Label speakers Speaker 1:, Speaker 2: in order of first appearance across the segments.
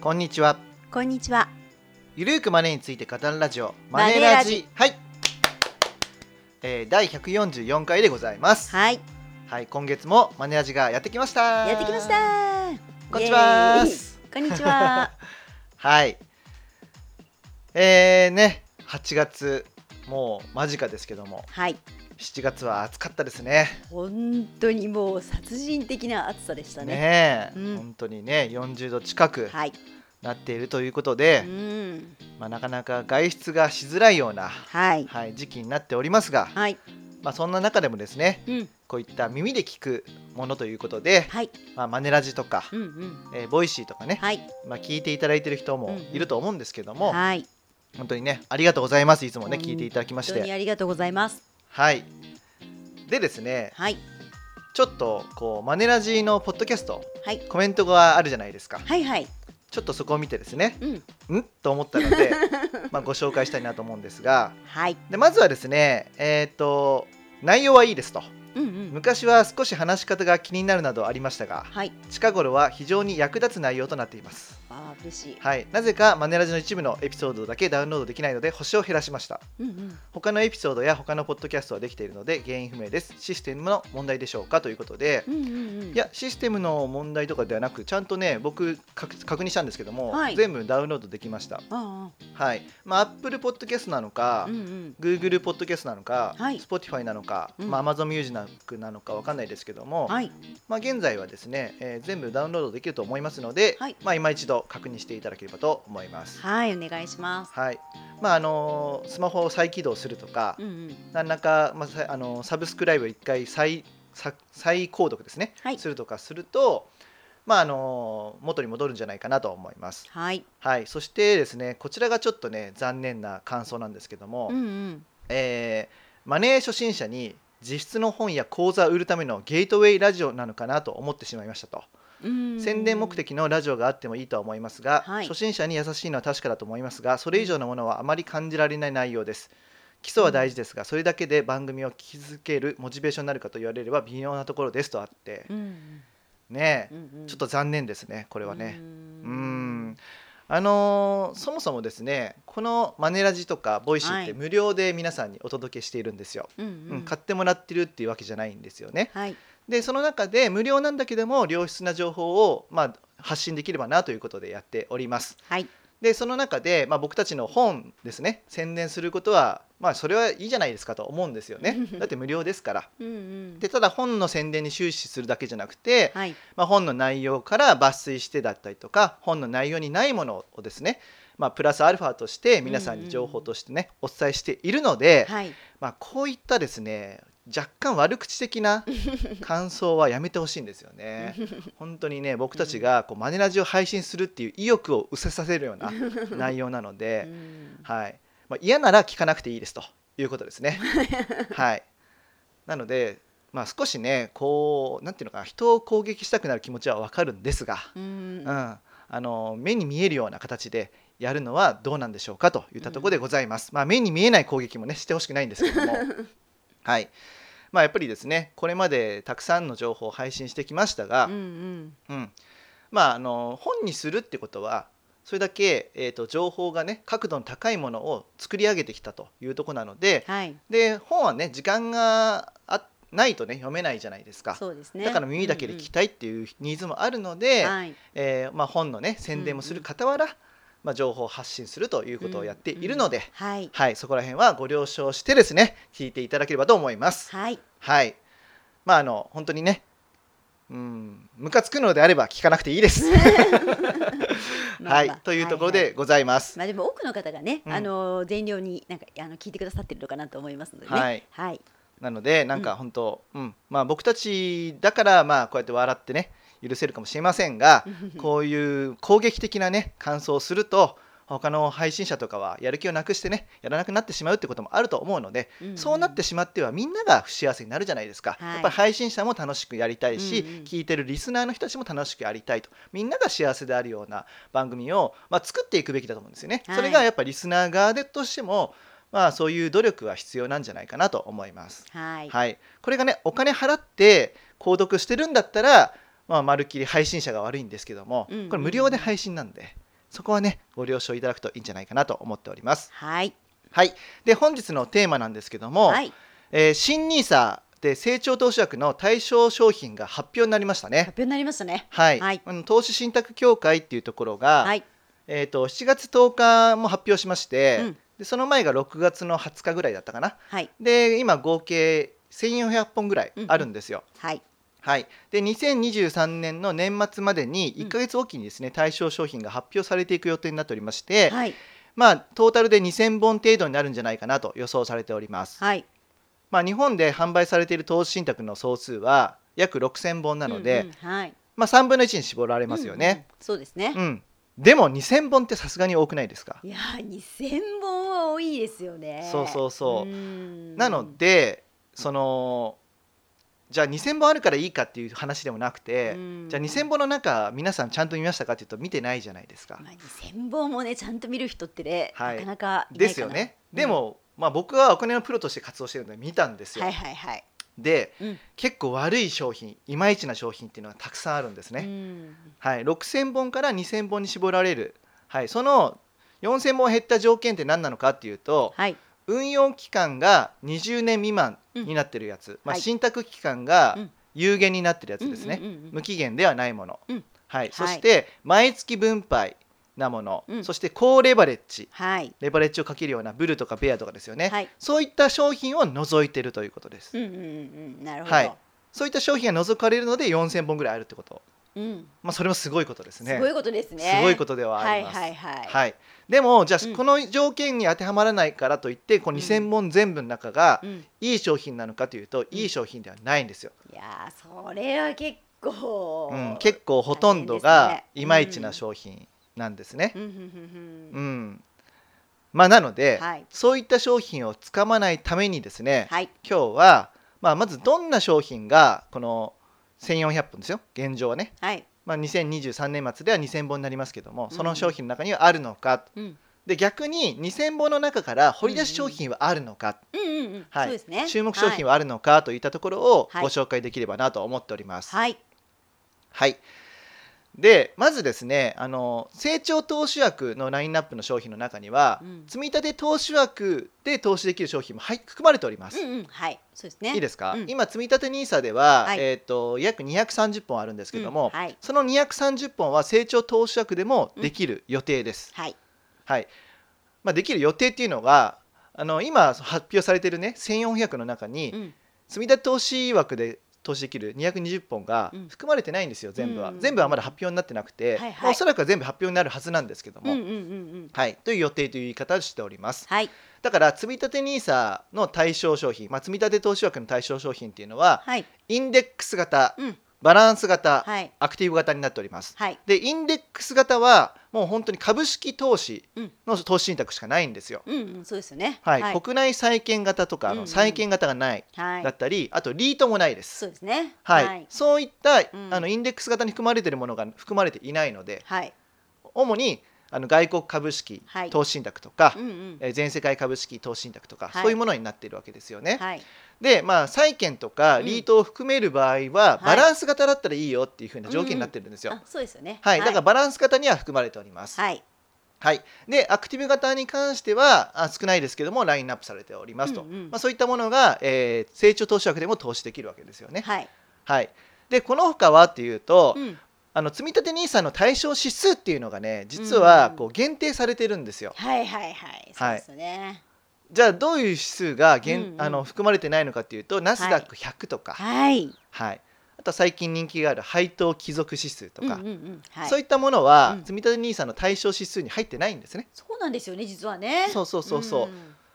Speaker 1: こんにちは
Speaker 2: こんにちは。
Speaker 1: ゆるーくマネについて語るラジオマ
Speaker 2: マ
Speaker 1: ネ
Speaker 2: ネ
Speaker 1: ラ
Speaker 2: ラ
Speaker 1: ジ
Speaker 2: ジ
Speaker 1: はい、えー、第144回でございますはい、
Speaker 2: はい、
Speaker 1: 今月もマネラジがやってきました
Speaker 2: やってきました。
Speaker 1: こんにちは
Speaker 2: イエーイ。こんにちは。
Speaker 1: はいえーね8月もう間近ですけども
Speaker 2: はい、
Speaker 1: 7月は暑かったですね
Speaker 2: 本当にもう殺人的な暑さでしたね。
Speaker 1: ねえ、
Speaker 2: うん
Speaker 1: 本当にね40度近く
Speaker 2: はい、
Speaker 1: なっているということ
Speaker 2: う
Speaker 1: で、
Speaker 2: ん、
Speaker 1: まあ、なかなか外出がしづらいような、
Speaker 2: はい、
Speaker 1: はい、時期になっておりますが、
Speaker 2: はい、
Speaker 1: まあ、そんな中でもですね
Speaker 2: うん、
Speaker 1: こういった耳で聞くものということで、
Speaker 2: はい、
Speaker 1: まあ、マネラジとか、
Speaker 2: うん、うん、
Speaker 1: えーボイシーとかね、
Speaker 2: はい、
Speaker 1: まあ、聞いていただいてる人もいると思うんですけども、
Speaker 2: はい、
Speaker 1: 本当にねありがとうございますいつもね
Speaker 2: うん
Speaker 1: 聞いていただきまし
Speaker 2: 本当に
Speaker 1: て
Speaker 2: ありがとうございます。
Speaker 1: はいでですね
Speaker 2: はい、
Speaker 1: ちょっとこうマネラジのポッドキャスト
Speaker 2: はい、
Speaker 1: コメントがあるじゃないですか
Speaker 2: はい、はい、
Speaker 1: ちょっとそこを見てですね
Speaker 2: うん、
Speaker 1: んと思ったの でまあご紹介したいなと思うんですが
Speaker 2: はい、
Speaker 1: でまずはですねえっ、と内容はいいですと
Speaker 2: うん、うん、
Speaker 1: 昔は少し話し方が気になるなどありましたが
Speaker 2: はい、
Speaker 1: 近頃は非常に役立つ内容となっています
Speaker 2: あー、嬉しい。
Speaker 1: はいなぜかマネラジの一部のエピソードだけダウンロードできないので星を減らしました
Speaker 2: うん、うん、
Speaker 1: 他のエピソードや他のポッドキャストはできているので原因不明ですシステムの問題でしょうかということで
Speaker 2: うん、うん、うん、
Speaker 1: いやシステムの問題とかではなくちゃんとね僕確確認したんですけども、
Speaker 2: はい
Speaker 1: 全部ダウンロードできました
Speaker 2: あ
Speaker 1: はいまあ Apple ポッドキャストなの
Speaker 2: ー、あ
Speaker 1: か、
Speaker 2: ー、うん、うん、
Speaker 1: Google ポッドキャストなのか、
Speaker 2: はい
Speaker 1: Spotify なのか、
Speaker 2: うん
Speaker 1: まあ、Amazon ミュージックなのかわかんないですけども、
Speaker 2: はい、
Speaker 1: まあ、現在はですね、えー全部ダウンロードできると思いますので、
Speaker 2: はい
Speaker 1: まあ、今一度確認していただければと思います。
Speaker 2: はい、お願いします。
Speaker 1: はいまああのースマホを再起動するとか
Speaker 2: う、ん、うん、
Speaker 1: なんらか、まあさあのーサブスクライブを1回再さ再購読ですね、
Speaker 2: はい
Speaker 1: するとかすると、まああのー元に戻るんじゃないかなと思います。
Speaker 2: はい、
Speaker 1: はい、そしてですねこちらがちょっとね残念な感想なんですけども、
Speaker 2: うん、うん、
Speaker 1: えーマネー初心者に実質の本や講座を売るためのゲートウェイラジオなのかなと思ってしまいましたと、
Speaker 2: うん、
Speaker 1: 宣伝目。的のラジオがあってもいいとは思いますが、
Speaker 2: はい
Speaker 1: 初心者に優しいのは確かだと思いますがそれ以上のものはあまり感じられない内容です基礎は大事ですがそれだけで番組を聞き続けるモチベーションになるかと言われれば微妙なところですとあって
Speaker 2: うん、
Speaker 1: ね
Speaker 2: う
Speaker 1: え
Speaker 2: ん、うん、
Speaker 1: ちょっと残念ですねこ
Speaker 2: こ
Speaker 1: れはねう
Speaker 2: うん
Speaker 1: あのーそもそもですねこのマネラジとかボイシーっ
Speaker 2: は
Speaker 1: て
Speaker 2: い
Speaker 1: 無料で皆さんにお届けしているんですよ、
Speaker 2: うんう
Speaker 1: うん、
Speaker 2: ん
Speaker 1: 買ってもらってるっていうわけじゃないんですよね。
Speaker 2: はい
Speaker 1: でその中で無料なんだけども良質な情報を、まあ、発信できればなということでやっております。
Speaker 2: はい
Speaker 1: でその中で、まあ、僕たちの本ですね宣伝することは、まあ、それはいいじゃないですかと思うんですよ ね。だって無料ですから。
Speaker 2: うんうん
Speaker 1: でただ本の宣伝に終始するだけじゃなくて、
Speaker 2: はい
Speaker 1: まあ、本の内容から抜粋してだったりとか本の内容にないものをですね、まあ、プラスアルファとして皆さんに情報としてね、お伝えしているので、
Speaker 2: はい
Speaker 1: まあ、こういったですね若干悪口的 な感想はやめてほしいんですよね。本当にね僕たちがこうマネラジを配信するっていう意欲を失せさせるよう な内容なの
Speaker 2: う
Speaker 1: で、
Speaker 2: ん
Speaker 1: はいまあ、嫌なら聞かなくていいですということです ね。はい、なので、まあ、少しねこうなんていうのかな人を攻撃したくなる気持ちはわかるんですが、
Speaker 2: うん
Speaker 1: うん、あの目に見えるような形でやるのはどうなんでしょうかといったところでございます。まあ、目に見えない攻撃もねしてほしくないんですけ どもはいまあ、やっぱりですねこれまでたくさんの情報を配信してきましたが、
Speaker 2: うんうん
Speaker 1: うんまあ、あの本にするってことはそれだけ、えー、と情報がね角度の高いものを作り上げてきたというところなので
Speaker 2: はい
Speaker 1: で本はね時間があないとね読めないじゃないですか。
Speaker 2: そうですね
Speaker 1: だから耳だけで聞きたいっていうニーズもあるので、
Speaker 2: うんうんはい
Speaker 1: えーまあ、本のね宣伝もする傍ら、まあ、情報を発信するということをやっているので、
Speaker 2: うんはい
Speaker 1: はい、そこら辺はご了承してですね聞いていただければと思います。
Speaker 2: はい
Speaker 1: はい、まああの本当にねうんムカつくのであれば聞かなくていい です。
Speaker 2: まあ
Speaker 1: はい
Speaker 2: まあ
Speaker 1: というところ
Speaker 2: はは
Speaker 1: でございます。
Speaker 2: まあでも多くの方がね
Speaker 1: うん
Speaker 2: あの善良になんかあの聞いてくださってるのかなと思いますのでね
Speaker 1: はい
Speaker 2: はい
Speaker 1: なのでなんか本当、うんまあ、僕たちだからまあこうやって笑ってね許せるかもしれませんが こういう攻撃的なね感想をすると他の配信者とかはやる気をなくしてねやらなくなってしまうってこともあると思うので、
Speaker 2: うんうん
Speaker 1: そうなってしまってはみんなが不幸せになるじゃないですか、
Speaker 2: はい
Speaker 1: やっぱり配信者も楽しくやりたいし、
Speaker 2: うんうん
Speaker 1: 聞いてるリスナーの人たちも楽しくやりたいとみんなが幸せであるような番組を、まあ、作っていくべきだと思うんですよね、
Speaker 2: はい
Speaker 1: それがやっぱリスナー側でとしてもまあそういう努力は必要なんじゃないかなと思います。
Speaker 2: はい
Speaker 1: はい、これがねお金払って購読してるんだったら、まあ、まるっきり配信者が悪いんですけども、
Speaker 2: うんうんうん
Speaker 1: これ無料で配信なんで、そこはねご了承いただくといいんじゃないかなと思っております。
Speaker 2: はい。
Speaker 1: はい、で本日のテーマなんですけども、
Speaker 2: はい。
Speaker 1: えー新ニーサで成長投資枠の対象商品が発表になりました
Speaker 2: 発
Speaker 1: ね。
Speaker 2: 表になりましたね。
Speaker 1: はい、
Speaker 2: はい
Speaker 1: あの投資信託協会っていうところが、
Speaker 2: はい。
Speaker 1: えー、と7月10日も発表しまして、
Speaker 2: うん
Speaker 1: でその前が6月の20日ぐらいだったかな
Speaker 2: はい。
Speaker 1: で今合計1400本ぐらいあるんですよ、
Speaker 2: はい。
Speaker 1: はい、で2023年の年末までに
Speaker 2: うん
Speaker 1: 1か月おきにですね、対象商品が発表されていく予定になっておりまして、
Speaker 2: はい。
Speaker 1: まあ、トータルで2000本程度になるんじゃないかなと予想されております、
Speaker 2: はい。
Speaker 1: まあ、日本で販売されている投資信託の総数は約6000本なので、
Speaker 2: うんうんはい。
Speaker 1: まあ、3分の1に絞られますよ
Speaker 2: うんうん
Speaker 1: ね、。
Speaker 2: そうですね
Speaker 1: うん。でも2000本ってさすがに多くないですか
Speaker 2: いやー、2000本は多いですよね。
Speaker 1: そうそうそう
Speaker 2: うん
Speaker 1: なのでそのじゃあ2000本あるからいいかっていう話でもなくて、
Speaker 2: うん
Speaker 1: じゃあ2000本の中皆さんちゃんと見ましたかっていうと見てないじゃないですか。
Speaker 2: まあ、2000本もねちゃんと見る人ってね、
Speaker 1: はい
Speaker 2: なかなかいないかな
Speaker 1: ですよね。で、も、まあ、僕はお金のプロとして活動してるので見たんです
Speaker 2: うん
Speaker 1: よ。
Speaker 2: はいはいはい
Speaker 1: で
Speaker 2: うん
Speaker 1: 結構悪い商品いまいちな商品っていうのがたくさんあるんですね。
Speaker 2: うん
Speaker 1: はい、6,000本から2,000本に絞られる、はい、その4,000本減った条件って何なのかっていうと、
Speaker 2: はい
Speaker 1: 運用期間が20年未満になってるやつ、まあ、
Speaker 2: はい
Speaker 1: 信託期間が
Speaker 2: うん
Speaker 1: 有限になってるやつですね、
Speaker 2: うんうんうん
Speaker 1: 無期限ではないもの、
Speaker 2: うん
Speaker 1: はい
Speaker 2: い
Speaker 1: そして毎月分配なもの、
Speaker 2: うん
Speaker 1: そして高レバレッジ
Speaker 2: はい
Speaker 1: レバレッジをかけるようなブルとかベアとかですよね、
Speaker 2: はい
Speaker 1: そういった商品を除いてるということです、
Speaker 2: うんうんうんうんなるほど、
Speaker 1: はいそういった商品が除かれるので4000本ぐらいあるってこと、
Speaker 2: うん
Speaker 1: まあ、それもすごいことですね
Speaker 2: すごいことですね
Speaker 1: すごいこととではあります、
Speaker 2: はいはいはい
Speaker 1: はい、でもじゃあ、
Speaker 2: うん
Speaker 1: この条件に当てはまらないからといってこの
Speaker 2: う
Speaker 1: 2,000
Speaker 2: ん
Speaker 1: 本全部の中が
Speaker 2: うん、
Speaker 1: いい商品なのかというと、いい商品ではないんですよ、
Speaker 2: いやーそれは結構、
Speaker 1: うん、結構ほとんどがいまいちな商品なんですね、
Speaker 2: うんうんうん
Speaker 1: うん
Speaker 2: うん
Speaker 1: まあ、なので、
Speaker 2: はい
Speaker 1: そういった商品をつかまないためにですね、
Speaker 2: はい
Speaker 1: 今日は、まあ、まずどんな商品がこの1400本ですよ現状はね、
Speaker 2: はい
Speaker 1: まあ、2023年末では2000本になりますけどもその
Speaker 2: うん
Speaker 1: 商品の中にはあるのか、
Speaker 2: うん
Speaker 1: で逆に2000本の中から掘り出し商品はあるのか、
Speaker 2: うんうんうん
Speaker 1: はい
Speaker 2: そうですね
Speaker 1: 注目商品
Speaker 2: は
Speaker 1: はあるのかといったところを
Speaker 2: はい
Speaker 1: ご紹介できればなと思っております。はい、
Speaker 2: はい
Speaker 1: でまずですねあの成長投資枠のラインナップの商品の中には、
Speaker 2: うん
Speaker 1: 積み立て投資枠で投資できる商品も入含まれております。
Speaker 2: うんうんはいそうですね
Speaker 1: いいですか、
Speaker 2: うん
Speaker 1: 今積み立て NISA では、
Speaker 2: はい
Speaker 1: えー、と約230本あるんですけども、
Speaker 2: うんはい
Speaker 1: その230本は成長投資枠でもできる予定です。
Speaker 2: はい
Speaker 1: はいまあ、できる予定っていうのがあの今発表されてるね1400の中に、
Speaker 2: うん
Speaker 1: 積み立て投資枠で投資できる220本が
Speaker 2: うん
Speaker 1: 含まれてないんですよ、全部は、
Speaker 2: うん
Speaker 1: 全部はまだ発表になってなくて、
Speaker 2: はいはい
Speaker 1: まあおそらくは全部発表になるはずなんですけど
Speaker 2: う
Speaker 1: も、
Speaker 2: んうんうんうん
Speaker 1: はい、という予定という言い方をしております
Speaker 2: はい
Speaker 1: だから積み立て NISA の対象商品、まあ、積み立て投資枠の対象商品っていうのは
Speaker 2: はい
Speaker 1: インデックス型
Speaker 2: うん
Speaker 1: バランス型、
Speaker 2: はい
Speaker 1: アクティブ型になっております
Speaker 2: はい
Speaker 1: でインデックス型はもう本当に株式投資の投資信託しかないんですよ、
Speaker 2: うんうんそうですよね
Speaker 1: はい
Speaker 2: はい
Speaker 1: 国内債券型とかあ
Speaker 2: うんう
Speaker 1: の
Speaker 2: ん
Speaker 1: 債券型がない
Speaker 2: は
Speaker 1: だ
Speaker 2: い
Speaker 1: ったり、あとリートもないです
Speaker 2: そうですね
Speaker 1: はい
Speaker 2: はい
Speaker 1: そういった、
Speaker 2: ん
Speaker 1: あのインデックス型に含まれているものが含まれていないので
Speaker 2: はい
Speaker 1: 主にあの外国株式
Speaker 2: はい
Speaker 1: 投資信託とか、
Speaker 2: うんうん
Speaker 1: えー全世界株式投資信託とか、
Speaker 2: はい
Speaker 1: そういうものになっているわけですよね。
Speaker 2: はい
Speaker 1: でまあ債券とか
Speaker 2: うん
Speaker 1: リートを含める場合は、バランス型だったらいいよっていうふうな条件になってるんですよ。
Speaker 2: あそうですよね
Speaker 1: はい、だからバランス型には含まれております。はい、
Speaker 2: はい
Speaker 1: でアクティブ型に関してはあ少ないですけどもラインナップされておりますと、
Speaker 2: うんうん
Speaker 1: まあそういったものが、えー成長投資枠でも投資できるわけですよね。
Speaker 2: はい
Speaker 1: はい。でこの他はっていうと、
Speaker 2: うん
Speaker 1: あの積立 NISA の対象指数っていうのがね実
Speaker 2: う
Speaker 1: は
Speaker 2: ん
Speaker 1: こう限定されてるんですよ。
Speaker 2: はいはいはいそうですよね
Speaker 1: じゃあどういう指数が限、
Speaker 2: うんうん
Speaker 1: あの含まれてないのかっていうとナスダック100とか、はい
Speaker 2: はい
Speaker 1: あとは最近人気がある配当貴族指数とか、
Speaker 2: うんうんうんはい
Speaker 1: そういったものは、
Speaker 2: うん
Speaker 1: 積立 NISA の対象指数に入ってないんですね。
Speaker 2: そうなんですよね実はね
Speaker 1: そうそうそうそう、
Speaker 2: ん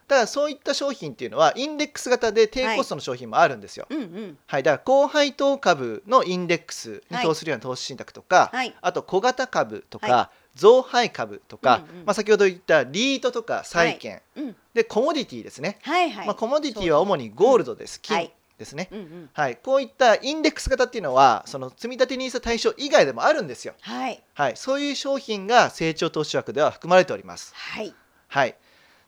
Speaker 1: だからそういった商品っていうのはインデックス型で低コストの商品もあるんですよ。
Speaker 2: うんうん
Speaker 1: はい、だから高配当株のインデックスに投資するような投資信託とか、
Speaker 2: はい
Speaker 1: あと小型株とか、
Speaker 2: は
Speaker 1: 増配株とか、
Speaker 2: うんうん
Speaker 1: まあ、先ほど言ったリートとか債券、
Speaker 2: うん
Speaker 1: でコモディティですね、
Speaker 2: はいはい
Speaker 1: まあ、コモディティは主にゴールドです、
Speaker 2: うんはい
Speaker 1: 金ですね、
Speaker 2: うんうん
Speaker 1: はいこういったインデックス型っていうのはその積立 NISA 対象以外でもあるんですよ、
Speaker 2: はい
Speaker 1: はい、そういう商品が成長投資枠では含まれております、
Speaker 2: はい
Speaker 1: はい、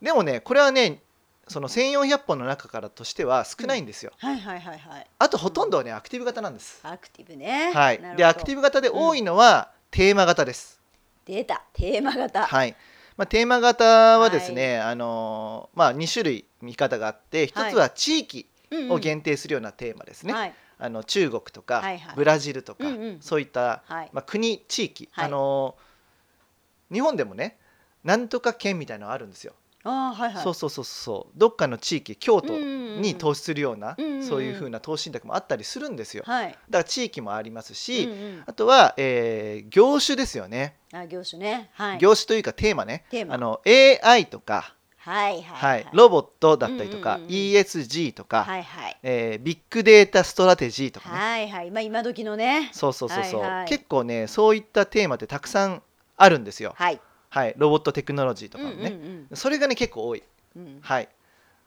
Speaker 1: でもねこれはねその1400本の中からとしては少ないんですよ、
Speaker 2: はいはいはいはい
Speaker 1: あとほとんどはねアクティブ型なんです、
Speaker 2: アクティブね
Speaker 1: はい、でアクティ
Speaker 2: ブ
Speaker 1: ブ型で多いのは、テーマ型です。
Speaker 2: 出たテーマ型、
Speaker 1: はいまあ、テーマ型はですね、あのーまあ、2種類見方があって
Speaker 2: はい
Speaker 1: 1つは地域
Speaker 2: うんうん
Speaker 1: を限定するようなテーマですね、
Speaker 2: はい
Speaker 1: あの中国とか、
Speaker 2: はいはい
Speaker 1: ブラジルとか、
Speaker 2: うんうん
Speaker 1: そういった、
Speaker 2: はい
Speaker 1: まあ、国地域、
Speaker 2: はい
Speaker 1: あのー日本でもねなんとか県みたいのあるんですよ、
Speaker 2: あーはいはい
Speaker 1: そうそうそうそうどっかの地域京都に投
Speaker 2: 資
Speaker 1: 資するような、
Speaker 2: うんうんうん
Speaker 1: そういうふうな投資信託もあったりするんですよ、
Speaker 2: はい、
Speaker 1: だから地域もありますし、
Speaker 2: うんうん
Speaker 1: あとは、えー業種ですよね、
Speaker 2: あ業種ねはい
Speaker 1: 業種というかテーマね
Speaker 2: テーマ
Speaker 1: あの AI とか、
Speaker 2: はい
Speaker 1: は
Speaker 2: はいい
Speaker 1: ロボットだったりとか、
Speaker 2: うんうんうんうん
Speaker 1: ESG とか、
Speaker 2: はいはい
Speaker 1: えービッグデータストラテジーとかね、
Speaker 2: はいはいまあ今時のね
Speaker 1: そうそうそうそう、
Speaker 2: はいはい
Speaker 1: 結構ねそういったテーマってたくさんあるんですよ、
Speaker 2: はい
Speaker 1: はい、ロボットテクノロジーとかもね、
Speaker 2: うん
Speaker 1: それがね結構多い、
Speaker 2: うんうんうん
Speaker 1: はい、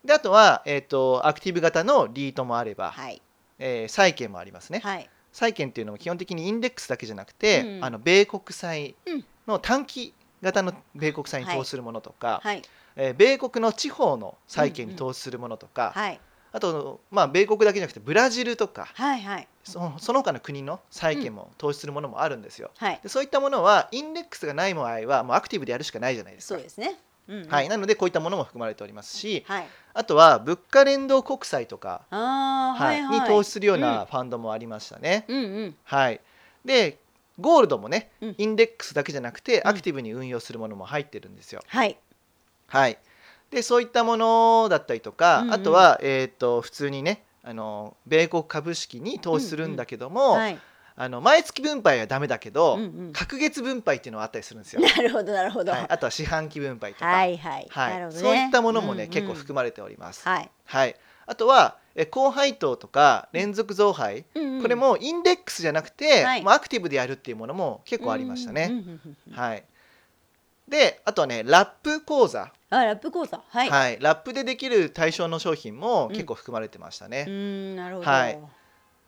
Speaker 1: であとは、えー、とアクティブ型のリートもあれば、
Speaker 2: はい
Speaker 1: えー債券もありますね、
Speaker 2: はい
Speaker 1: 債券っていうのも基本的にインデックスだけじゃなくて、
Speaker 2: うん
Speaker 1: あの米国債
Speaker 2: うん
Speaker 1: の短期型の米国債に投資するものとか、
Speaker 2: はい
Speaker 1: えー米国の地方の債券に投資するものとか、
Speaker 2: はい
Speaker 1: あと、まあ、米国だけじゃなくてブラジルとか
Speaker 2: はいはい
Speaker 1: そのその他の国の債券も投資するものもあるんですよ。
Speaker 2: はい
Speaker 1: でそういったものはインデックスがない場合はもうアクティブでやるしかないじゃないですか。
Speaker 2: そうですねうんうん
Speaker 1: はい、なのでこういったものも含まれておりますし
Speaker 2: はい
Speaker 1: あとは物価連動国債とか、
Speaker 2: あー
Speaker 1: は
Speaker 2: はいいはい
Speaker 1: に投資するようなファンドもありましたね。
Speaker 2: うんうん
Speaker 1: はい、でゴールドもね
Speaker 2: うん
Speaker 1: インデックスだけじゃなくて
Speaker 2: ん
Speaker 1: アクティブに運用するものも入ってるんですよ。
Speaker 2: はい
Speaker 1: はい、でそういったものだったりとか、
Speaker 2: うんうん
Speaker 1: あとは、えー、と普通にねあの米国株式に投資するんだけども、
Speaker 2: はい
Speaker 1: あの毎月分配はダメだけど、
Speaker 2: うんうん
Speaker 1: 隔月分配っていうのはあったりするんですよ。
Speaker 2: なるほどなるほど
Speaker 1: はい、
Speaker 2: は
Speaker 1: あとは四半期分配とか、
Speaker 2: いはい
Speaker 1: はい
Speaker 2: なるほどね
Speaker 1: そういったものもね、
Speaker 2: うんうん
Speaker 1: 結構含まれております。はい
Speaker 2: はい
Speaker 1: あとはえ高配当とか連続増配、
Speaker 2: うんうん
Speaker 1: これもインデックスじゃなくて、
Speaker 2: はい
Speaker 1: まあ、アクティブでやるっていうものも結構ありましたね。
Speaker 2: うんうんうんうん
Speaker 1: はい、であとはねラップ講座、
Speaker 2: あラップ講座は
Speaker 1: はいいラップでできる対象の商品も結構含まれてましたね。
Speaker 2: うーんなるほど
Speaker 1: はい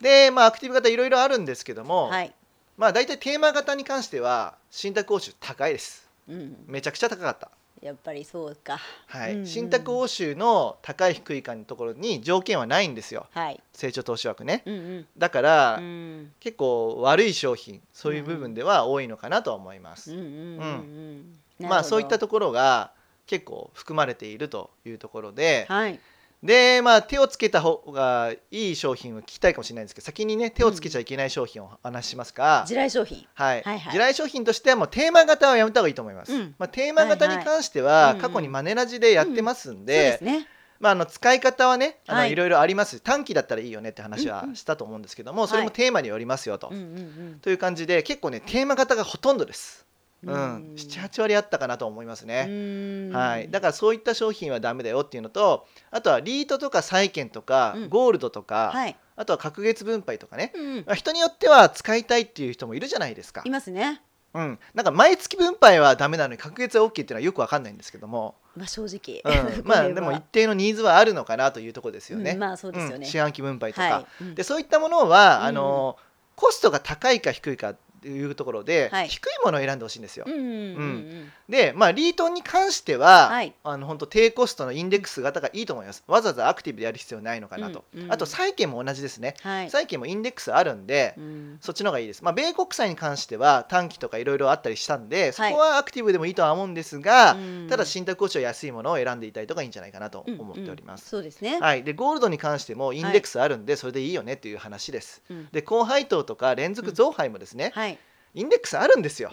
Speaker 1: で、まあ、アクティブ型いろいろあるんですけども、
Speaker 2: はい
Speaker 1: まあ、大体テーマ型に関しては信託報酬高いです。
Speaker 2: うん
Speaker 1: めちゃくちゃ高かった。
Speaker 2: やっぱりそうか
Speaker 1: はい
Speaker 2: うんうん
Speaker 1: 信託報酬の高い低いかのところに条件はないんですよ
Speaker 2: はい
Speaker 1: 成長投資枠ね。
Speaker 2: うんうん
Speaker 1: だから、
Speaker 2: うん
Speaker 1: 結構悪い商品そういう部分では多いのかなとは思いま
Speaker 2: う
Speaker 1: す。
Speaker 2: んうんうんうんなるほど
Speaker 1: まあそういったところが結構含まれているというところで、
Speaker 2: はい
Speaker 1: でまあ手をつけた方がいい商品を聞きたいかもしれないんですけど先にね手をつけちゃいけない商品をお話ししますか、
Speaker 2: 地雷商品
Speaker 1: はい
Speaker 2: はいはい
Speaker 1: 地雷商品としてはもうテーマ型はやめた方がいいと思います、
Speaker 2: うん
Speaker 1: まあ、テーマ型に関して
Speaker 2: はいは
Speaker 1: はい
Speaker 2: うんうん
Speaker 1: 過去にマネラジでやってますんで,、
Speaker 2: そうですね
Speaker 1: まあ、あの使い方はねあの、、
Speaker 2: はいい
Speaker 1: ろいろあります短期だったらいいよねって話は
Speaker 2: うんうん
Speaker 1: したと思うんですけども、それも
Speaker 2: はい
Speaker 1: テーマによりますよと、
Speaker 2: うんうん
Speaker 1: という感じで結構ねテーマ型がほとんどです、う
Speaker 2: うんん
Speaker 1: 78割あったかなと思いますね、
Speaker 2: ね
Speaker 1: はい、だからそういった商品はダメだよっていうのとあとはリートとか債券とか
Speaker 2: うん
Speaker 1: ゴールドとか、
Speaker 2: はい
Speaker 1: あとは隔月分配とかね、
Speaker 2: うんうん
Speaker 1: まあ人によっては使いたいっていう人もいるじゃないですか
Speaker 2: い、ますね
Speaker 1: うん、なんか毎月分配はダメなのに隔月は OK っていうのはよくわかんないんですけど も、
Speaker 2: まあ正直
Speaker 1: うん
Speaker 2: これ
Speaker 1: ま
Speaker 2: は
Speaker 1: あでも一定のニーズはあるのかなというところですよね。
Speaker 2: うんまあそうですよね
Speaker 1: ん四半期分配とか、
Speaker 2: はいうん
Speaker 1: でそういったものは、
Speaker 2: うん
Speaker 1: あのコストが高いか低いかというところで、
Speaker 2: はい
Speaker 1: 低いものを選んでほしいんですよ。
Speaker 2: うんうんうんうん
Speaker 1: で、まあ、リートンに関しては、
Speaker 2: はい
Speaker 1: あの本当低コストのインデックス型がいいと思いますわざわざアクティブでやる必要ないのかなと、
Speaker 2: うんうん
Speaker 1: あと債券も同じですね、
Speaker 2: はい
Speaker 1: 債券もインデックスあるんで、
Speaker 2: うん
Speaker 1: そっちの方がいいです、まあ、米国債に関しては短期とかいろいろあったりしたんでそこはアクティブでもいいとは思うんですが、
Speaker 2: うん
Speaker 1: ただ信託保証安いものを選んでいたりとかいいんじゃないかなと思っております、
Speaker 2: うんうんそうですね
Speaker 1: はい、でゴールドに関してもインデックスあるんでそれでいいよねっていう話です、
Speaker 2: うん
Speaker 1: で高配当とか連続増配もですね、
Speaker 2: はい
Speaker 1: インデックスあるんですよ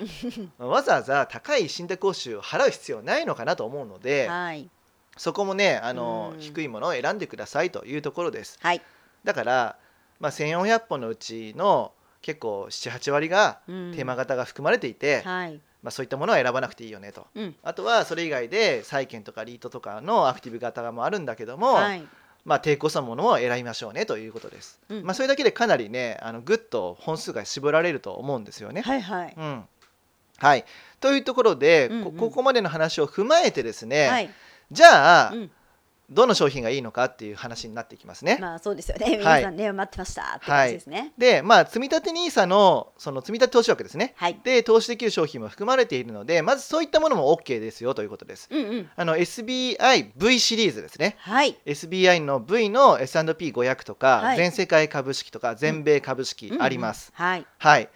Speaker 1: わざわざ高い信託報酬を払う必要ないのかなと思うので、
Speaker 2: はい
Speaker 1: そこもねあの
Speaker 2: うん
Speaker 1: 低いものを選んでくださいというところです
Speaker 2: はい
Speaker 1: だから、まあ、1400本のうちの結構78割が
Speaker 2: テ
Speaker 1: テーマ型が含まれていて、
Speaker 2: はい
Speaker 1: まあ、そういったものは選ばなくていいよねと
Speaker 2: うん
Speaker 1: あとはそれ以外で債券とかリートとかのアクティブ型もあるんだけども、
Speaker 2: はい
Speaker 1: まあ、低コストのものを選びましょうねということです、
Speaker 2: うん
Speaker 1: まあ、それだけでかなりねあのぐっと本数が絞られると思うんですよね。
Speaker 2: はいはい
Speaker 1: うんはい、というところで、
Speaker 2: うんうん
Speaker 1: こここまでの話を踏まえてですね、
Speaker 2: はい
Speaker 1: じゃあ、
Speaker 2: うん
Speaker 1: どの商品がいいのかっていう話になってきますね。
Speaker 2: まあそうですよね皆さんね待ってましたって感じですね
Speaker 1: で、まあ、積立 NISA のその積立投資枠ですね、
Speaker 2: はい
Speaker 1: で投資できる商品も含まれているのでまずそういったものも OK ですよということです。
Speaker 2: うんうん
Speaker 1: あの SBIV シリーズですね。
Speaker 2: はい
Speaker 1: SBI の V の S&P500 とか、
Speaker 2: はい
Speaker 1: 全世界株式とか全米株式あります。
Speaker 2: うんうんはい
Speaker 1: はい。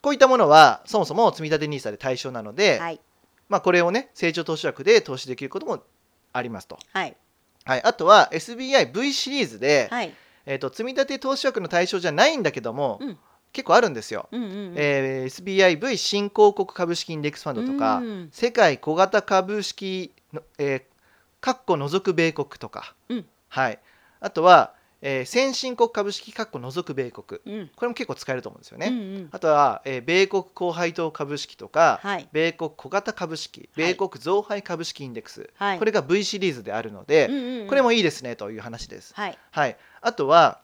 Speaker 1: こういったものはそもそも積立 NISA で対象なので、
Speaker 2: はい
Speaker 1: まあ、これをね成長投資枠で投資できることもありますと、
Speaker 2: はい
Speaker 1: はい、あとは SBIV シリーズで、
Speaker 2: はい
Speaker 1: えー、と積立投資枠の対象じゃないんだけども、
Speaker 2: うん
Speaker 1: 結構あるんですよ、
Speaker 2: うんうんうん
Speaker 1: えー SBIV 新興国株式インデックスファンドとか、
Speaker 2: うん
Speaker 1: 世界小型株式の、えー、かっこ除く米国とか、
Speaker 2: うん
Speaker 1: はい、あとは、えー先進国株式かっこ除く米国
Speaker 2: うん
Speaker 1: これも結構使えると思うんですよね、
Speaker 2: うんうん
Speaker 1: あとは、えー米国高配当株式とか、
Speaker 2: はい
Speaker 1: 米国小型株式米国増配株式インデックス、
Speaker 2: はい
Speaker 1: これが V シリーズであるので、これ
Speaker 2: も
Speaker 1: もいいですねという話です、
Speaker 2: はい
Speaker 1: はい、あとは、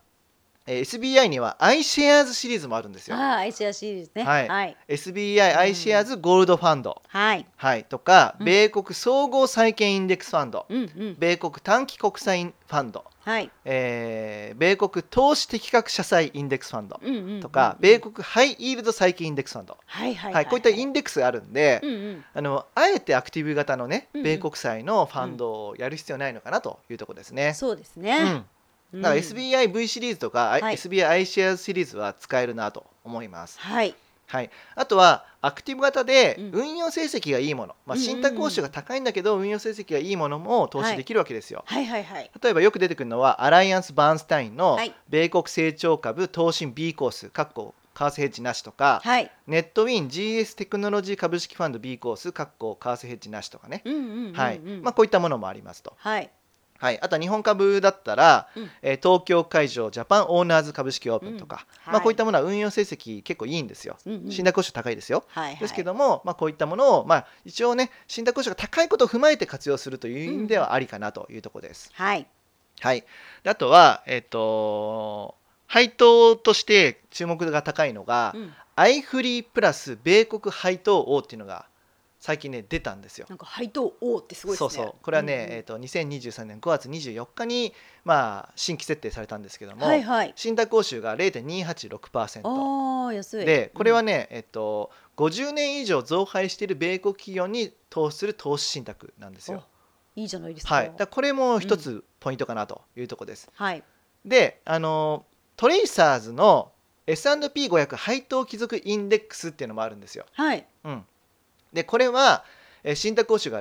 Speaker 1: えー SBI には iShares シリーズもあるんですよ
Speaker 2: ああ ICR シリーズね
Speaker 1: はい
Speaker 2: はい
Speaker 1: SBI iShares ゴールドファンド、
Speaker 2: はい
Speaker 1: はい、とか、
Speaker 2: うん
Speaker 1: 米国総合債券インデックスファンド、
Speaker 2: うんうん
Speaker 1: 米国短期国債ファンド、
Speaker 2: はい
Speaker 1: えー米国投資的確社債インデックスファンド
Speaker 2: うんうんうん
Speaker 1: とか、米国ハイイールド債券インデックスファンド、
Speaker 2: はいはい
Speaker 1: はい、こういったイ
Speaker 2: ン
Speaker 1: ンデックスがあるんで、
Speaker 2: うんうん
Speaker 1: あのあえてアクティブ型のね
Speaker 2: うんうん
Speaker 1: 米国債のファンドをやる必要ないのかなというところですね。
Speaker 2: そうです
Speaker 1: う
Speaker 2: ね
Speaker 1: んだから SBIV シリーズとか、
Speaker 2: い
Speaker 1: SBI シェアシリーズは使えるなと思います。
Speaker 2: はい
Speaker 1: はい、あとはアクティブ型で
Speaker 2: うん
Speaker 1: 運用成績がいいもの、まあ、
Speaker 2: うんうんうん
Speaker 1: 信託報酬が高いんだけど運用成績がいいものも投資できるわけですよ。
Speaker 2: はいはいはい
Speaker 1: 例えばよく出てくるのはアライアンス・バーンスタインの
Speaker 2: はい
Speaker 1: 米国成長株投信 B コースかっこ為替ヘッジなしとか、
Speaker 2: はい
Speaker 1: ネットウィン GS テクノロジー株式ファンド B コースかっこ為替ヘッジなしとかね、
Speaker 2: うんうんうんうん
Speaker 1: はいまあ、こういったものもありますと、
Speaker 2: はい
Speaker 1: はい、あとは日本株だったら、
Speaker 2: うん
Speaker 1: えー東京会場ジャパンオーナーズ株式オープンとか、
Speaker 2: うん
Speaker 1: ま
Speaker 2: は
Speaker 1: あ、
Speaker 2: い
Speaker 1: こういったものは運用成績結構いいんですよ
Speaker 2: うんうん
Speaker 1: 信託報酬高いですよ、
Speaker 2: はいはい
Speaker 1: ですけども、まあ、こういったものを、まあ、一応ね信託報酬が高いことを踏まえて活用するという意味ではありかなというところです。
Speaker 2: はい
Speaker 1: はい、であとは、えっと配当として注目が高いのが、
Speaker 2: うん
Speaker 1: アイフリープラス米国配当王っていうのが最近ね出たんですよ。
Speaker 2: なんか配当王ってすごいです
Speaker 1: そ
Speaker 2: ね
Speaker 1: うそうこれはね、
Speaker 2: うんうん
Speaker 1: えっと2023年5月24日に、まあ、新規設定されたんですけども、
Speaker 2: はいはい
Speaker 1: 信託報酬が0.286%。
Speaker 2: ああ安い
Speaker 1: でこれはね、えっと、50年以上増配している米国企業に投資する投資信託なんですよ。
Speaker 2: いいじゃないですか
Speaker 1: はい、だからこれも一つポイントかなというところです。
Speaker 2: はい
Speaker 1: であのトレイサーズの S&P500 配当貴族インデックスっていうのもあるんですよ。
Speaker 2: はい
Speaker 1: うん、でこれは、えー信託報酬が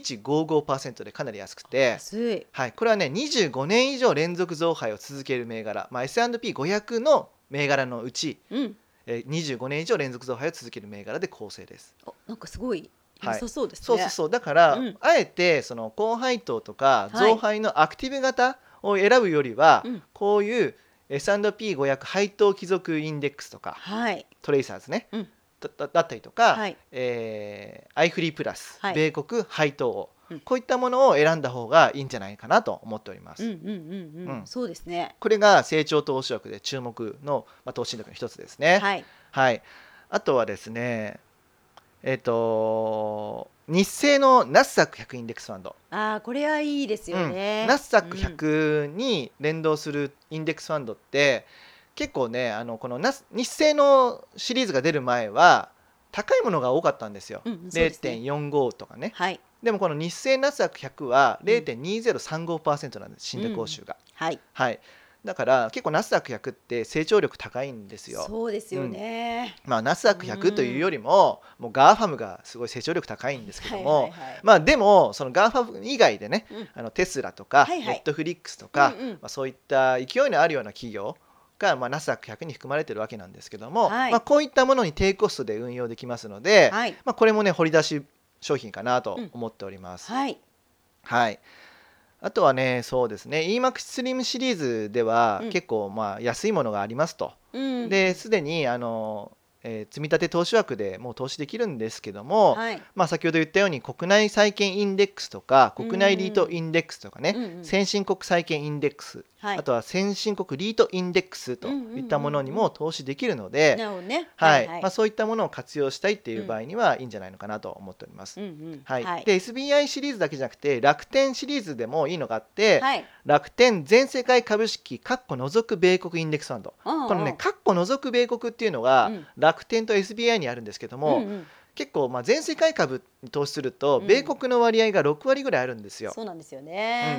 Speaker 1: 0.1155%でかなり安くて、
Speaker 2: 安い
Speaker 1: はい、これはね25年以上連続増配を続ける銘柄、まあ、S&P500 の銘柄のうち
Speaker 2: うん
Speaker 1: えー25年以上連続増配を続ける銘柄で構成です。
Speaker 2: あなんかすごい
Speaker 1: はい
Speaker 2: 良さそうですね
Speaker 1: そうそうそうだから、
Speaker 2: うん
Speaker 1: あえてその高配当とか
Speaker 2: はい
Speaker 1: 増配のアクティブ型を選ぶよりは、
Speaker 2: うん
Speaker 1: こういう S&P500 配当貴族インデックスとか
Speaker 2: はい
Speaker 1: トレイサーズね、
Speaker 2: うん
Speaker 1: だだだったりとか、
Speaker 2: はい
Speaker 1: えー、アイフリープラス、
Speaker 2: はい
Speaker 1: 米国配当を、
Speaker 2: うん
Speaker 1: こういったものを選んだ方がいいんじゃないかなと思っております。
Speaker 2: うんうんうんう
Speaker 1: うん
Speaker 2: んそうですね
Speaker 1: これが成長投資枠で注目の、まあ、投資信託の一つですね。
Speaker 2: はい
Speaker 1: はい、あとはですね、えっ、と、日清のナスダック100インデックスファンド、
Speaker 2: ああこれはいいですよね
Speaker 1: うんナスダック100に連動するインデックスファンドって、結構ね、あのこのナス日清のシリーズが出る前は、高いものが多かったんですよ。
Speaker 2: うんうんそうですね
Speaker 1: 0.45とかね
Speaker 2: はい
Speaker 1: でもこの日清ナスダック100は0.2035%なんです信託報酬が、
Speaker 2: はい
Speaker 1: はいだから結構ナスダック100って成長力高いんですよ
Speaker 2: そうですよね
Speaker 1: まあ、ナスダック100というよりも、もうガーファムがすごい成長力高いんですけど
Speaker 2: はい
Speaker 1: も、
Speaker 2: はいはい
Speaker 1: まあ、でもそのガーファム以外でね、
Speaker 2: うん
Speaker 1: あのテスラとか、
Speaker 2: はいはい
Speaker 1: ネットフリックスとか、
Speaker 2: うんうん
Speaker 1: まあ、そういった勢いのあるような企業が、まあ、ナスダック100に含まれてるわけなんですけども、
Speaker 2: はい
Speaker 1: まあ、こういったものに低コストで運用できますので、
Speaker 2: はい
Speaker 1: まあ、これもね掘り出し商品かなと思っております。
Speaker 2: はい
Speaker 1: はいあとはねそうですね EMAX スリムシリーズでは
Speaker 2: うん
Speaker 1: 結構まあ安いものがありますと、
Speaker 2: うん
Speaker 1: ですでにあの、えー積み立て投資枠でもう投資できるんですけども、
Speaker 2: はい
Speaker 1: まあ、先ほど言ったように国内債券インデックスとか国内リートインデックスとかね、
Speaker 2: うんうん
Speaker 1: 先進国債券インデックス、
Speaker 2: はい
Speaker 1: あとは先進国リートインデックスといったものにも投資できるので、
Speaker 2: なおね
Speaker 1: はいまあ、そういったものを活用したいっていう場合にはいいんじゃないのかなと思っております。
Speaker 2: うんうん
Speaker 1: はい
Speaker 2: はい
Speaker 1: で SBI シリーズだけじゃなくて楽天シリーズでもいいのがあって、
Speaker 2: はい
Speaker 1: 楽天全世界株式かっこ除く米国インデックスファンド、
Speaker 2: こ
Speaker 1: このね、かっこ除く米国っていうのが、
Speaker 2: うん
Speaker 1: 楽天と SBI にあるんですけども、
Speaker 2: うんうん
Speaker 1: 結構まあ全世界株に投資すると
Speaker 2: うん
Speaker 1: 米国の割合が6割ぐらいあるんですよ。
Speaker 2: そうなんですよ
Speaker 1: う
Speaker 2: ね。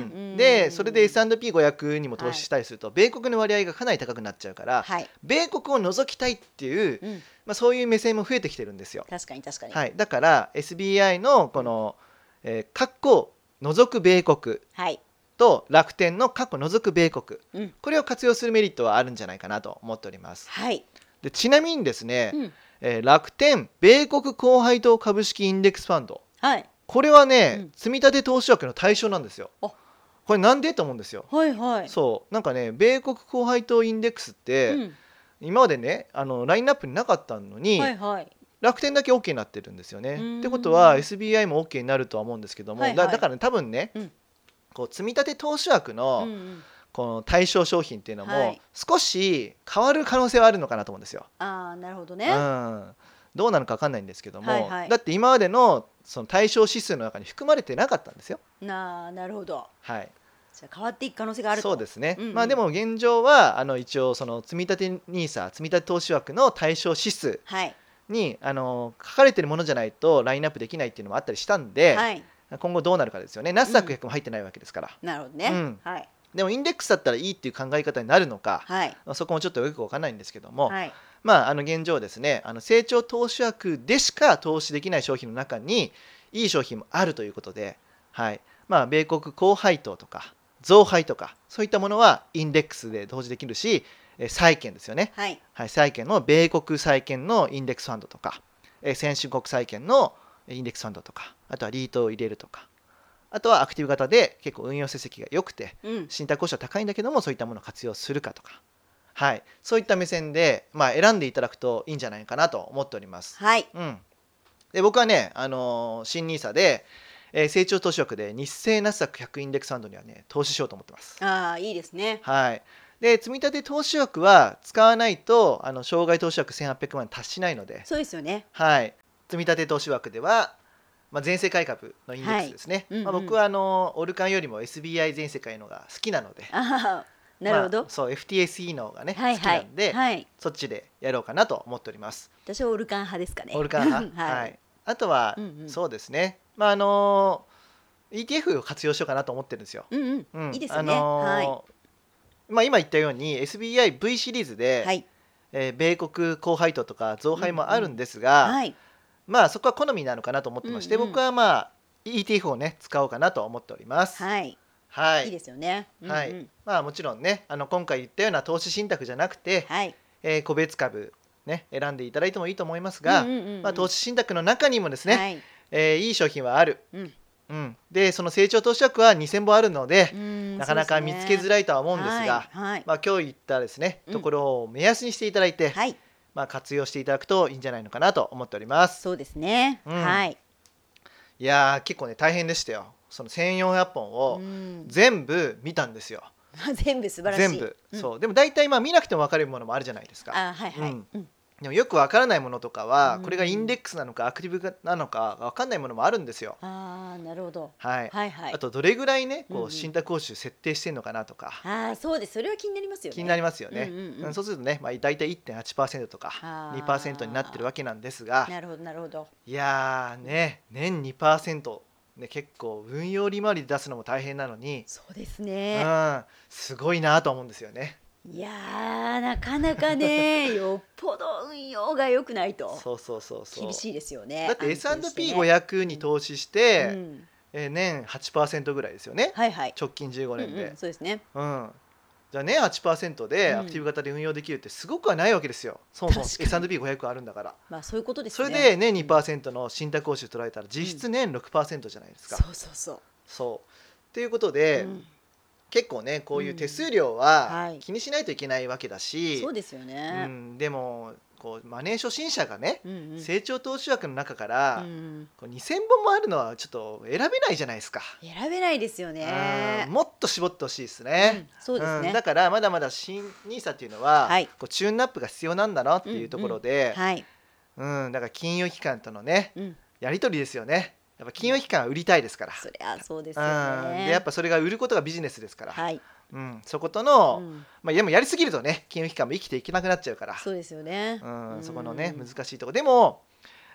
Speaker 1: ん
Speaker 2: うん
Speaker 1: でそれで S&P500 にも投資したりすると、米国の割合がかなり高くなっちゃうから、
Speaker 2: はい、
Speaker 1: 米国を除きたいっていう、
Speaker 2: うん、
Speaker 1: まあ、そういう目線も増えてきてるんですよ。
Speaker 2: 確かに確かに。
Speaker 1: はい、だから SBI のこの、えー、括弧除く米国
Speaker 2: はい、
Speaker 1: と楽天の括弧除く米国、
Speaker 2: うん
Speaker 1: これを活用するメリットはあるんじゃないかなと思っております。
Speaker 2: はい、
Speaker 1: でちなみにですね、
Speaker 2: うん、
Speaker 1: えー楽天米国高配当株式インデックスファンド
Speaker 2: はい、
Speaker 1: これはね、
Speaker 2: うん
Speaker 1: 積み立て投資枠の対象なんですよ。
Speaker 2: あ
Speaker 1: これなんでと思うんですよ。
Speaker 2: はい、はい。
Speaker 1: そうなんかね米国高配当インデックスって、
Speaker 2: うん
Speaker 1: 今までねあのラインナップになかったのに、
Speaker 2: はい、はい、
Speaker 1: 楽天だけ OK になってるんですよね
Speaker 2: う。ん
Speaker 1: ってことは SBI も OK になるとは思うんですけども、
Speaker 2: はいはい
Speaker 1: だだから、ね、多分ね、
Speaker 2: うん
Speaker 1: こう積み立て投資枠
Speaker 2: うんう
Speaker 1: の
Speaker 2: ん、
Speaker 1: この対象商品っていうのも、
Speaker 2: はい
Speaker 1: 少し変わる可能性はあるのかなと思うんですよ。
Speaker 2: ああ、なるほど
Speaker 1: う
Speaker 2: ね。
Speaker 1: ん、どうなのか分かんないんですけども、
Speaker 2: はいはい
Speaker 1: だって今までのその対象指数の中に含まれてなかったんですよ。
Speaker 2: なあ、なるほど。
Speaker 1: はい、
Speaker 2: じゃあ変わっていく可能性があると。
Speaker 1: そうですね、
Speaker 2: うんうん
Speaker 1: まあでも現状はあの一応その積立 NISA 積立投資枠の対象指数
Speaker 2: はい、
Speaker 1: にあの書かれてるものじゃないとラインナップできないっていうのもあったりしたんで、
Speaker 2: はい、
Speaker 1: 今後どうなるかですよねナスダック100も入ってないわけですから、
Speaker 2: なるほどね。
Speaker 1: うん
Speaker 2: はい、
Speaker 1: でもインデックスだったらいいっていう考え方になるのか、
Speaker 2: はい、
Speaker 1: そこもちょっとよくわかんないんですけども、
Speaker 2: はい、
Speaker 1: まああの現状ですねあの成長投資枠でしか投資できない商品の中にいい商品もあるということで、はいまあ、米国高配当とか増配とかそういったものはインデックスで投資できるしえー債券ですよね、
Speaker 2: はい、
Speaker 1: はい、債券の米国債券のインデックスファンドとかえー先進国債券のインデックスファンドとかあとはリートを入れるとかあとはアクティブ型で結構運用成績が良くて
Speaker 2: うん、
Speaker 1: 信託コストは高いんだけどもそういったものを活用するかとか、はい、そういった目線で、まあ、選んでいただくといいんじゃないかなと思っております。
Speaker 2: はい、
Speaker 1: うん、で僕はね、あのー新 NISA で、えー成長投資枠で日清ナスダック100インデックスファンドにはね投資しようと思ってます。
Speaker 2: ああ、いいですね。
Speaker 1: はいで積み立て投資枠は使わないとあの障害投資枠1800万円達しないので、
Speaker 2: そうですよね。
Speaker 1: はい、積み立て投資枠では、まあ、全世界株のインデックスですね、
Speaker 2: はいうんうん
Speaker 1: まあ、僕はあのオルカンよりも SBI 全世界のが好きなので、
Speaker 2: ああ、なるほど。
Speaker 1: まあそう FTSE の方がね、
Speaker 2: はい
Speaker 1: 好きな
Speaker 2: はい
Speaker 1: んで、
Speaker 2: はい、
Speaker 1: そっちでやろうかなと思っております。
Speaker 2: 私はオルカン派ですかね。
Speaker 1: オルカン派、
Speaker 2: は
Speaker 1: はいい、あとは、
Speaker 2: うんうん
Speaker 1: そうですね。まああの ETF を活用しようかなと思ってるんですよ。
Speaker 2: うんうん、
Speaker 1: うん、
Speaker 2: いいですよね。
Speaker 1: あのー
Speaker 2: は
Speaker 1: まあ今言ったように SBI V シリーズ
Speaker 2: い。
Speaker 1: で、
Speaker 2: はい。
Speaker 1: えー米国高配当とか増配もあるんですが、
Speaker 2: はい。
Speaker 1: まあそこは好みなのかなと思ってまして、
Speaker 2: うんうん
Speaker 1: 僕はまあ ETF をね使おうかなと思っております。
Speaker 2: はい。
Speaker 1: はい
Speaker 2: いいですよね。うんうん
Speaker 1: はいまあもちろんねあの今回言ったような投資信託じゃなくて、
Speaker 2: はい。
Speaker 1: えー個別株、ね、選んでいただいてもいいと思いますが、
Speaker 2: うんうんうんうん
Speaker 1: まあ、投資信託の中にもですね、
Speaker 2: はい。
Speaker 1: えーいい商品はある、
Speaker 2: うん
Speaker 1: うんでその成長投資枠は2000本あるので、
Speaker 2: な
Speaker 1: なかなか見つけづ
Speaker 2: い
Speaker 1: らいとは思うんですが、
Speaker 2: はい。
Speaker 1: まあ、今日言ったですね
Speaker 2: うん
Speaker 1: ところを目安にしていただいて、
Speaker 2: はい。
Speaker 1: まあ、活用していただくといいんじゃないのかなと思っております
Speaker 2: そうですね。
Speaker 1: うん
Speaker 2: はい。
Speaker 1: いやー結構ね大変でしたよその1400本を
Speaker 2: うん
Speaker 1: 全部見たんですよ、
Speaker 2: 全部素晴らしい。
Speaker 1: 全部、
Speaker 2: うん
Speaker 1: そうでも大体まあ見なくても分かるものもあるじゃないですか
Speaker 2: あ、はいはい。
Speaker 1: う
Speaker 2: うんん
Speaker 1: でもよくわからないものとかは、
Speaker 2: うん
Speaker 1: これがインデックスなのかアクティブなのかわかんないものもあるんですよ。
Speaker 2: ああ、なるほど。
Speaker 1: はい。
Speaker 2: はいはい
Speaker 1: あ。とどれぐらいね、
Speaker 2: うん
Speaker 1: こ
Speaker 2: う
Speaker 1: うん信託報酬設定してるのかなとか、
Speaker 2: ああ、そうです。それは気になりますよね。
Speaker 1: 気になり
Speaker 2: ま
Speaker 1: ますよね。
Speaker 2: うんうんうん
Speaker 1: うんそうするとね、まあ大体1.8%とか
Speaker 2: あー
Speaker 1: 2%になってるわけなんですが、
Speaker 2: なるほどなるほど。
Speaker 1: いやーね、年2%ね結構運用利回りで出すのも大変なのに、
Speaker 2: そうです
Speaker 1: う
Speaker 2: ね。
Speaker 1: ん、すごいなと思うんですよね。
Speaker 2: いやーなかなか ねよっぽど運用が良くないと
Speaker 1: そうそうそうそう。
Speaker 2: 厳しいですよね。
Speaker 1: だって
Speaker 2: 安定してね
Speaker 1: S&P500 に投資して、
Speaker 2: うん
Speaker 1: えー年8%ぐらいですよね。
Speaker 2: はいはい。
Speaker 1: 直近15年
Speaker 2: うんう
Speaker 1: で
Speaker 2: ん、そうですね。
Speaker 1: うんじゃあね8%で
Speaker 2: うん
Speaker 1: アクティブ型で運用できるってすごくはないわけですよそもそも
Speaker 2: 確か
Speaker 1: S&P500 あるんだから
Speaker 2: まあそういうことです
Speaker 1: それで
Speaker 2: ね。
Speaker 1: 年2%の信託報酬取られたら実質年6%じゃないですか、
Speaker 2: そうそうそう。
Speaker 1: そうということで、
Speaker 2: うん
Speaker 1: 結構ねこういう手数料
Speaker 2: うん
Speaker 1: は
Speaker 2: はい
Speaker 1: 気にしないといけないわけだし、
Speaker 2: そうですよ
Speaker 1: う
Speaker 2: ね。
Speaker 1: んでもこうマネー初心者がね、
Speaker 2: うんうん
Speaker 1: 成長投資枠の中から、
Speaker 2: うん
Speaker 1: こう2000本もあるのはちょっと選べないじゃないですか、
Speaker 2: 選べないですよね
Speaker 1: うん。もっと絞ってほしいですね、
Speaker 2: うんそうです
Speaker 1: うん
Speaker 2: ね
Speaker 1: だ。からまだまだ新ニーサっていうのは、
Speaker 2: はい
Speaker 1: こうチューンアップが必要なんだなっていうところで、
Speaker 2: はい。
Speaker 1: うんだから金融機関とのね
Speaker 2: うん。
Speaker 1: やり取りですよねやっぱ金融機関は売りたいですから
Speaker 2: そりゃそうですよ
Speaker 1: うん、
Speaker 2: ね。
Speaker 1: でやっぱそれが売ることがビジネスですから、
Speaker 2: はい。
Speaker 1: うん、そことの、
Speaker 2: うん
Speaker 1: まあ、でもやりすぎるとね金融機関も生きていけなくなっちゃうから
Speaker 2: そうですよね
Speaker 1: う。ん、そこのね
Speaker 2: うん
Speaker 1: 難しいとこでも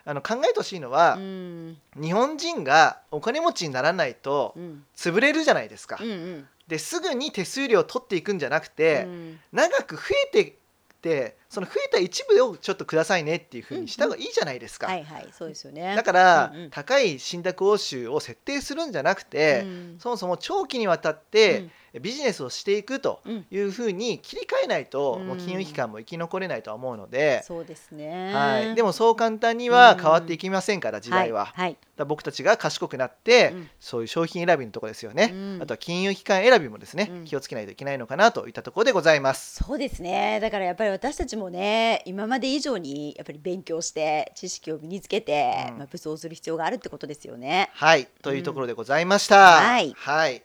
Speaker 1: あの考えてほしいのは
Speaker 2: う、ん
Speaker 1: 日本人がお金持ちにならないと
Speaker 2: うん
Speaker 1: 潰れるじゃないですか、
Speaker 2: うんうん
Speaker 1: ですぐに手数料を取っていくんじゃなく
Speaker 2: う
Speaker 1: て、
Speaker 2: ん
Speaker 1: 長く増えてってその増えた一部をちょっとくださいねっていうふうにした方がいいじゃないですか、
Speaker 2: はいはいそうですよね
Speaker 1: だから、
Speaker 2: うんうん
Speaker 1: 高い信託報酬を設定するんじゃなくて、
Speaker 2: うん
Speaker 1: そもそも長期にわたってビジネスをしていくと
Speaker 2: うん
Speaker 1: いうふうに切り替えないと、
Speaker 2: うん
Speaker 1: もう金融機関も生き残れないとは思うので、
Speaker 2: そうですね
Speaker 1: はい、で
Speaker 2: も
Speaker 1: もそう簡単には変わっていきませんから、時代は。
Speaker 2: はい
Speaker 1: だから僕たちが賢くなって、
Speaker 2: うん
Speaker 1: そういう商品選びのところですよね、
Speaker 2: うん
Speaker 1: あとは金融機関選びもですね、
Speaker 2: うん
Speaker 1: 気をつけないといけないのかなといったところでございます。
Speaker 2: そうですねだからやっぱり私たちもね今まで以上にやっぱり勉強して知識を身につけて、
Speaker 1: うん
Speaker 2: まあ、武装する必要があるってことですよね。
Speaker 1: はいというところでございました。
Speaker 2: はい
Speaker 1: はい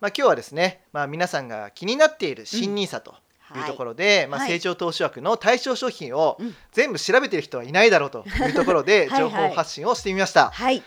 Speaker 1: まあ、今日はですね、まあ、皆さんが気になっている新ニーサというとこ
Speaker 2: ろ
Speaker 1: ろで、まあ、
Speaker 2: はい
Speaker 1: 成長投資枠の対象商品を
Speaker 2: うん
Speaker 1: 全部調べてる人はいないだろうというところで
Speaker 2: はいは
Speaker 1: 情
Speaker 2: い
Speaker 1: 報発信をしてみました。
Speaker 2: はい、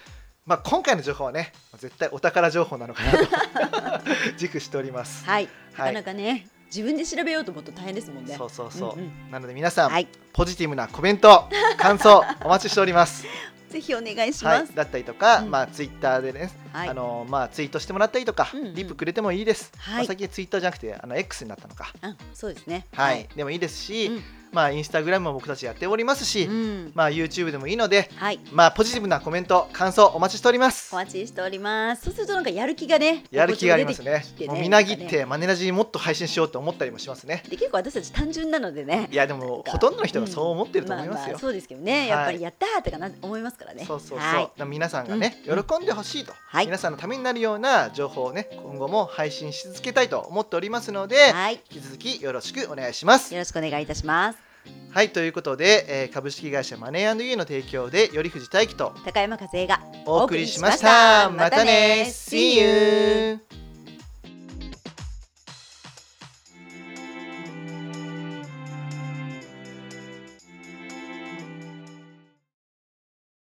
Speaker 1: まあ、今回の情報はね絶対お宝情報なのかなと 自負しております。
Speaker 2: はい、な
Speaker 1: は
Speaker 2: か
Speaker 1: い
Speaker 2: なかね自分で調べようと思うと大変ですもんね。
Speaker 1: そうそうそう、
Speaker 2: うんう
Speaker 1: なので皆さん、
Speaker 2: はい、
Speaker 1: ポジティブなコメント、感 想、お待ちしております。
Speaker 2: ぜひお願いし
Speaker 1: は
Speaker 2: ま
Speaker 1: い
Speaker 2: す。、
Speaker 1: だったりとか、
Speaker 2: うん
Speaker 1: まあツイッターでね、
Speaker 2: はい、
Speaker 1: あのまあツイートしてもらったりとか、
Speaker 2: うんうん
Speaker 1: リップくれてもいいです。
Speaker 2: はい
Speaker 1: まあ最近ツイッターじゃなくてあの X になったのか。
Speaker 2: あそうですね。
Speaker 1: はい、でもいいですし、
Speaker 2: うん
Speaker 1: まあインスタグラムも僕たちやっておりますし、
Speaker 2: うん、
Speaker 1: まあ YouTube でもいいので、
Speaker 2: はい、
Speaker 1: まあポジティブなコメント、感想お待ちしております
Speaker 2: お。待ちしております。そうするとなんかやる気がね、
Speaker 1: やる気がありますね
Speaker 2: 出てき。て
Speaker 1: もうみなぎっ
Speaker 2: なんかね
Speaker 1: てマネラジにもっと配信しようと思ったりもしますね。
Speaker 2: で結構私たち単純なのでね。
Speaker 1: いやでもほとんどの人がそう思ってると思います
Speaker 2: あ
Speaker 1: よ
Speaker 2: あ。そうですけどね、
Speaker 1: い
Speaker 2: やっぱりやったーってかな思いますからね。
Speaker 1: そうそうそう、
Speaker 2: はい
Speaker 1: だから皆さんがね、
Speaker 2: うん
Speaker 1: 喜んでほしいと、
Speaker 2: はい
Speaker 1: 皆さんのためになるような情報をね今後も配信し続けたいと思っておりますので、
Speaker 2: はい、
Speaker 1: 引き続きよろしくお願いします。
Speaker 2: よろしくお願いいたします。
Speaker 1: はいということで、えー株式会社マネーユーの提供で頼藤大樹と
Speaker 2: 高山和恵が
Speaker 1: お送りしました。またね See you!